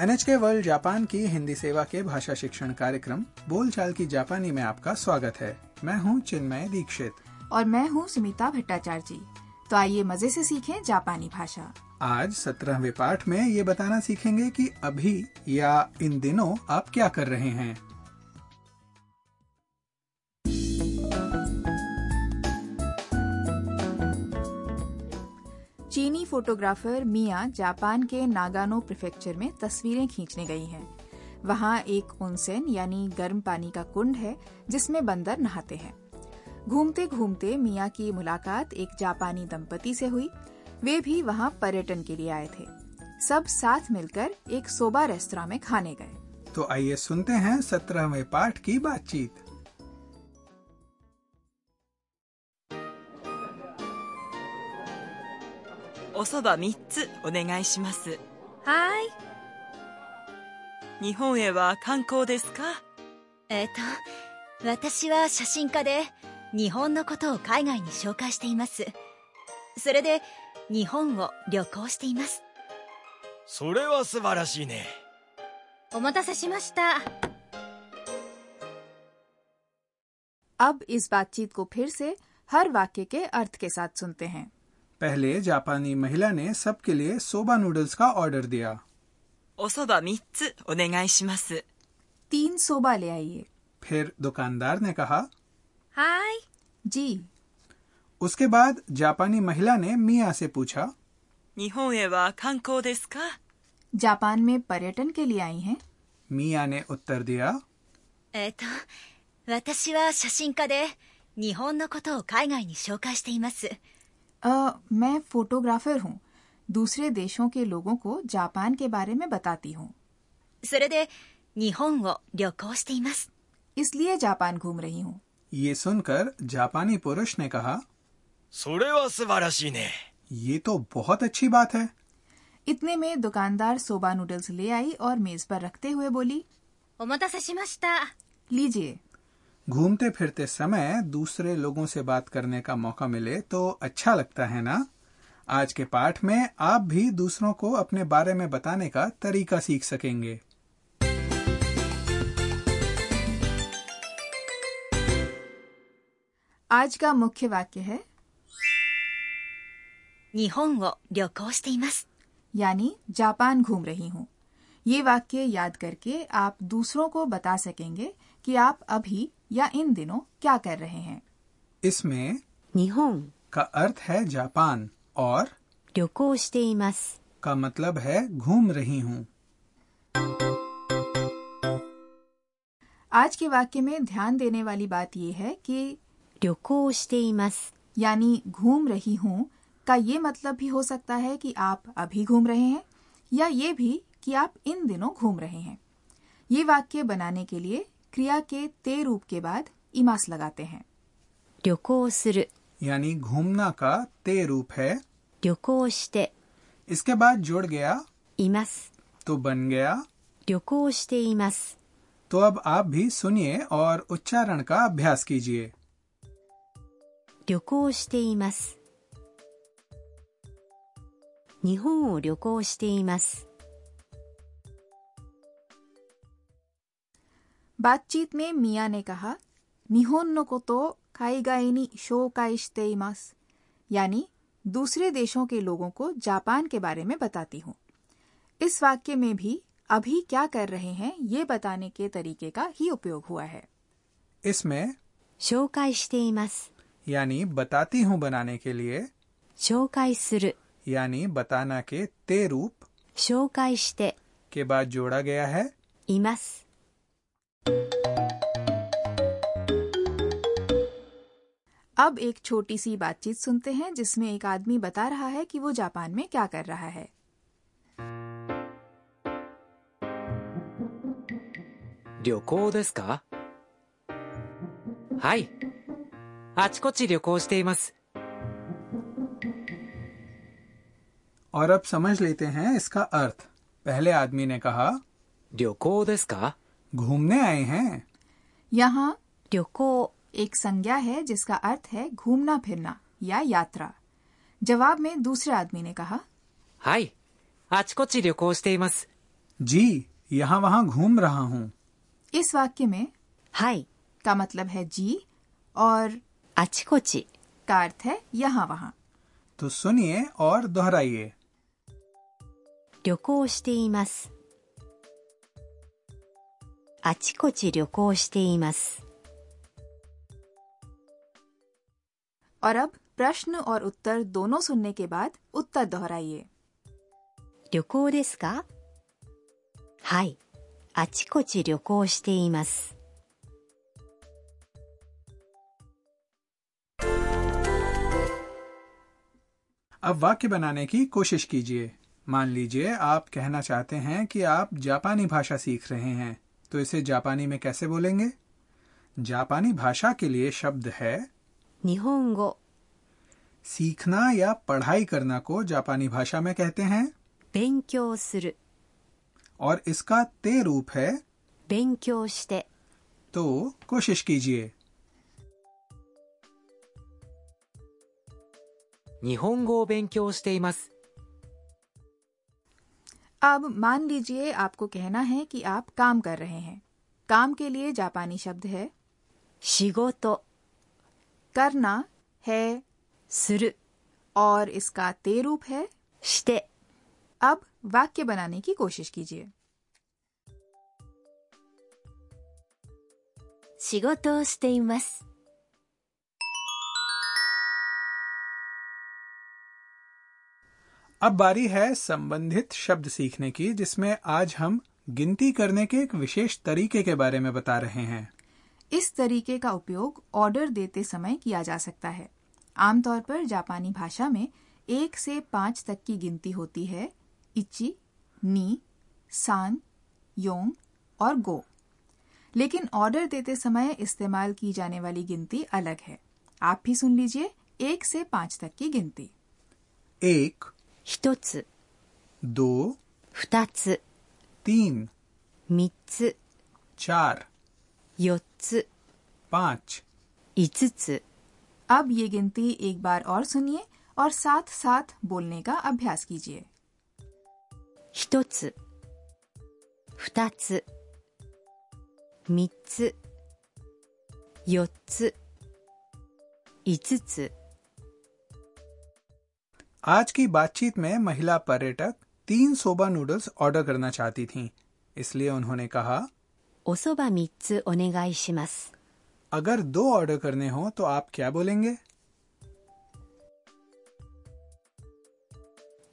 NHK world Japan की हिंदी सेवा के भाषा शिक्षण कार्यक्रम बोलचाल की जापानी में आपका स्वागत है मैं हूं चिन्मय दीक्षित और मैं हूँ सुमिता भट्टाचार्य जी तो आइए मजे से सीखें जापानी भाषा आज सत्रहवें पाठ में ये बताना सीखेंगे कि अभी या इन दिनों आप क्या कर रहे हैं चीनी फोटोग्राफर मिया जापान के नागानो प्रिफेक्चर में तस्वीरें खींचने गई हैं। वहाँ एक उनसेन यानी गर्म पानी का कुंड है जिसमें बंदर नहाते हैं घूमते घूमते मिया की मुलाकात एक जापानी दंपति से हुई वे भी वहाँ पर्यटन के लिए आए थे सब साथ मिलकर एक सोबा रेस्तरा में खाने गए तो आइए सुनते हैं सत्रहवें पाठ की बातचीत おそば3つお願いしますはい。日本へは観光ですかえっ、と、私は写真家で、日本のことを海外に紹介しています。それで、日本を旅行しています。それは素晴らしいねお待たせしました。 अब इस बातचीत को फिर से हर वाक्य के अर्थ के साथ सुनते हैं पहले जापानी महिला ने सबके लिए सोबा नूडल्स का ऑर्डर दिया おそば3つお願いします तीन सोबा ले आइए फिर दुकानदार ने कहा はい。 जी उसके बाद जापानी महिला ने मिया से पूछा 日本へは観光ですか जापान में पर्यटन के लिए आई हैं मिया ने उत्तर दिया えっ、と、私は写真家で、日本のことを海外に紹介しています。 अ, मैं फोटोग्राफर हूँ दूसरे देशों के लोगों को जापान के बारे में बताती हूँ それで、日本を旅行しています。 इसलिए जापान घूम रही हूँ ये सुनकर जापानी पुरुष ने कहा それは素晴らしいね ये तो बहुत अच्छी बात है इतने में दुकानदार सोबा नूडल्स ले आई और मेज पर रखते हुए बोली お待たせしました。 लीजिए घूमते फिरते समय दूसरे लोगों से बात करने का मौका मिले तो अच्छा लगता है ना? आज के पाठ में आप भी दूसरों को अपने बारे में बताने का तरीका सीख सकेंगे आज का मुख्य वाक्य है 日本を旅行しています。 यानी जापान घूम रही हूँ ये वाक्य याद करके आप दूसरों को बता सकेंगे कि आप अभी या इन दिनों क्या कर रहे हैं इसमें 日本 का अर्थ है जापान और 旅行しています का मतलब है घूम रही हूँ आज के वाक्य में ध्यान देने वाली बात यह है कि 旅行しています यानी घूम रही हूँ का ये मतलब भी हो सकता है कि आप अभी घूम रहे हैं या ये भी कि आप इन दिनों घूम रहे हैं ये वाक्य बनाने के लिए क्रिया के ते रूप के बाद इमास लगाते हैं 旅行する यानी घूमना का ते रूप है 旅行して इसके बाद जुड़ गया います तो बन गया 旅行しています तो अब आप भी सुनिए और उच्चारण का अभ्यास कीजिए 旅行しています日本を旅行しています बातचीत में मिया ने कहा निहोन नो कोतो काईगाइनी शोकाइश्तेइमास यानी दूसरे देशों के लोगों को जापान के बारे में बताती हूँ इस वाक्य में भी अभी क्या कर रहे हैं ये बताने के तरीके का ही उपयोग हुआ है इसमें 紹介しています यानी बताती हूँ बनाने के लिए 紹介する यानी बताना के ते रूप 紹介して के बाद जोड़ा गया है います अब एक छोटी सी बातचीत सुनते हैं जिसमें एक आदमी बता रहा है कि वो जापान में क्या कर रहा है 旅行ですかはい。あちこち旅行しています。 और अब समझ लेते हैं इसका अर्थ पहले आदमी ने कहा 旅行ですか घूमने आए हैं यहाँ 旅行 एक संज्ञा है जिसका अर्थ है घूमना फिरना या यात्रा जवाब में दूसरे आदमी ने कहा はい。あちこち旅行しています。 जी यहाँ वहाँ घूम रहा हूँ इस वाक्य में はい、 का मतलब है जी और あちこち。 का अर्थ है यहाँ वहाँ तो सुनिए और दोहराइए 旅行しています。あちこち旅行しています。 और अब प्रश्न और उत्तर दोनों सुनने के बाद उत्तर दोहराइए 旅行ですかはい、あちこち旅行しています。 अब वाक्य बनाने की कोशिश कीजिए मान लीजिए आप कहना चाहते हैं कि आप जापानी भाषा सीख रहे हैं तो इसे जापानी में कैसे बोलेंगे जापानी भाषा के लिए शब्द है 日本語 सीखना या पढ़ाई करना को जापानी भाषा में कहते हैं 勉強する और इसका ते रूप है 勉強して तो कोशिश कीजिए 日本語を勉強しています。 अब मान लीजिए आपको कहना है कि आप काम कर रहे हैं काम के लिए जापानी शब्द है 仕事 करना है する और इसका ते रूप है して अब वाक्य बनाने की कोशिश कीजिए 仕事をしています अब बारी है संबंधित शब्द सीखने की जिसमें आज हम गिनती करने के एक विशेष तरीके के बारे में बता रहे हैं इस तरीके का उपयोग ऑर्डर देते समय किया जा सकता है आमतौर पर जापानी भाषा में एक से पाँच तक की गिनती होती है इची नी सान योंग और गो लेकिन ऑर्डर देते समय इस्तेमाल की जाने वाली गिनती अलग है आप भी सुन लीजिए एक से पाँच तक की गिनती एक 一つ दो 二つ तीन 三つ चार 四つ पाँच 五つ अब ये गिनती एक बार और सुनिए और साथ साथ बोलने का अभ्यास कीजिए 一つ二つ三つ四つ五つ आज की बातचीत में महिला पर्यटक तीन सोबा नूडल्स ऑर्डर करना चाहती थीं, इसलिए उन्होंने कहा おそば三つお願いします अगर दो ऑर्डर करने हो तो आप क्या बोलेंगे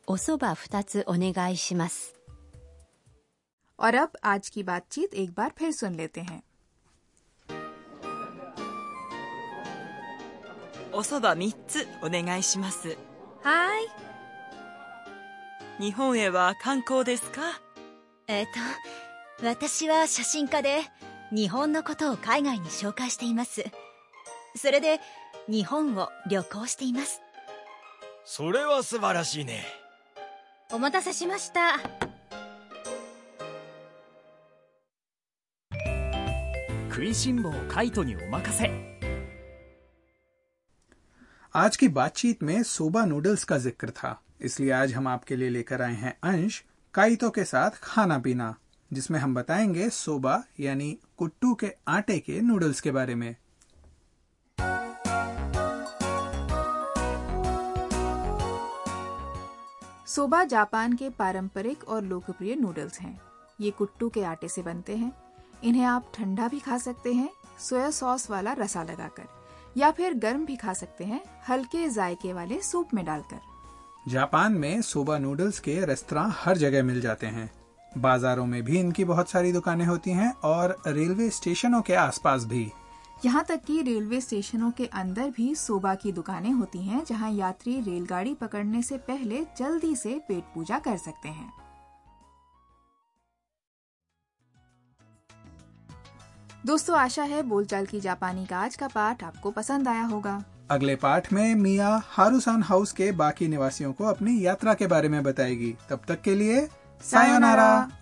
おそば二つお願いします और अब आज की बातचीत एक बार फिर सुन लेते हैं おそば3つお願いしますはい日本へは観光ですかえっ、と私は写真家で日本のことを海外に紹介していますそれで日本を旅行していますそれは素晴らしいね。お待たせしました食いしん坊カイトにお任せ आज की बातचीत में सोबा नूडल्स का जिक्र था इसलिए आज हम आपके लिए लेकर आए हैं अंश काइतो के साथ खाना पीना जिसमें हम बताएंगे सोबा यानी कुट्टू के आटे के नूडल्स के बारे में सोबा जापान के पारंपरिक और लोकप्रिय नूडल्स हैं ये कुट्टू के आटे से बनते हैं इन्हें आप ठंडा भी खा सकते हैं सोया सॉस वाला रसा लगाकर या फिर गर्म भी खा सकते हैं हल्के जायके वाले सूप में डालकर जापान में सोबा नूडल्स के रेस्तरा हर जगह मिल जाते हैं बाजारों में भी इनकी बहुत सारी दुकानें होती हैं और रेलवे स्टेशनों के आसपास भी यहाँ तक कि रेलवे स्टेशनों के अंदर भी सोबा की दुकानें होती हैं जहाँ यात्री रेलगाड़ी पकड़ने से पहले जल्दी से पेट पूजा कर सकते हैं दोस्तों आशा है बोलचाल की जापानी का आज का पाठ आपको पसंद आया होगा अगले पाठ में मिया हारूसान हाउस के बाकी निवासियों को अपनी यात्रा के बारे में बताएगी तब तक के लिए सायोनारा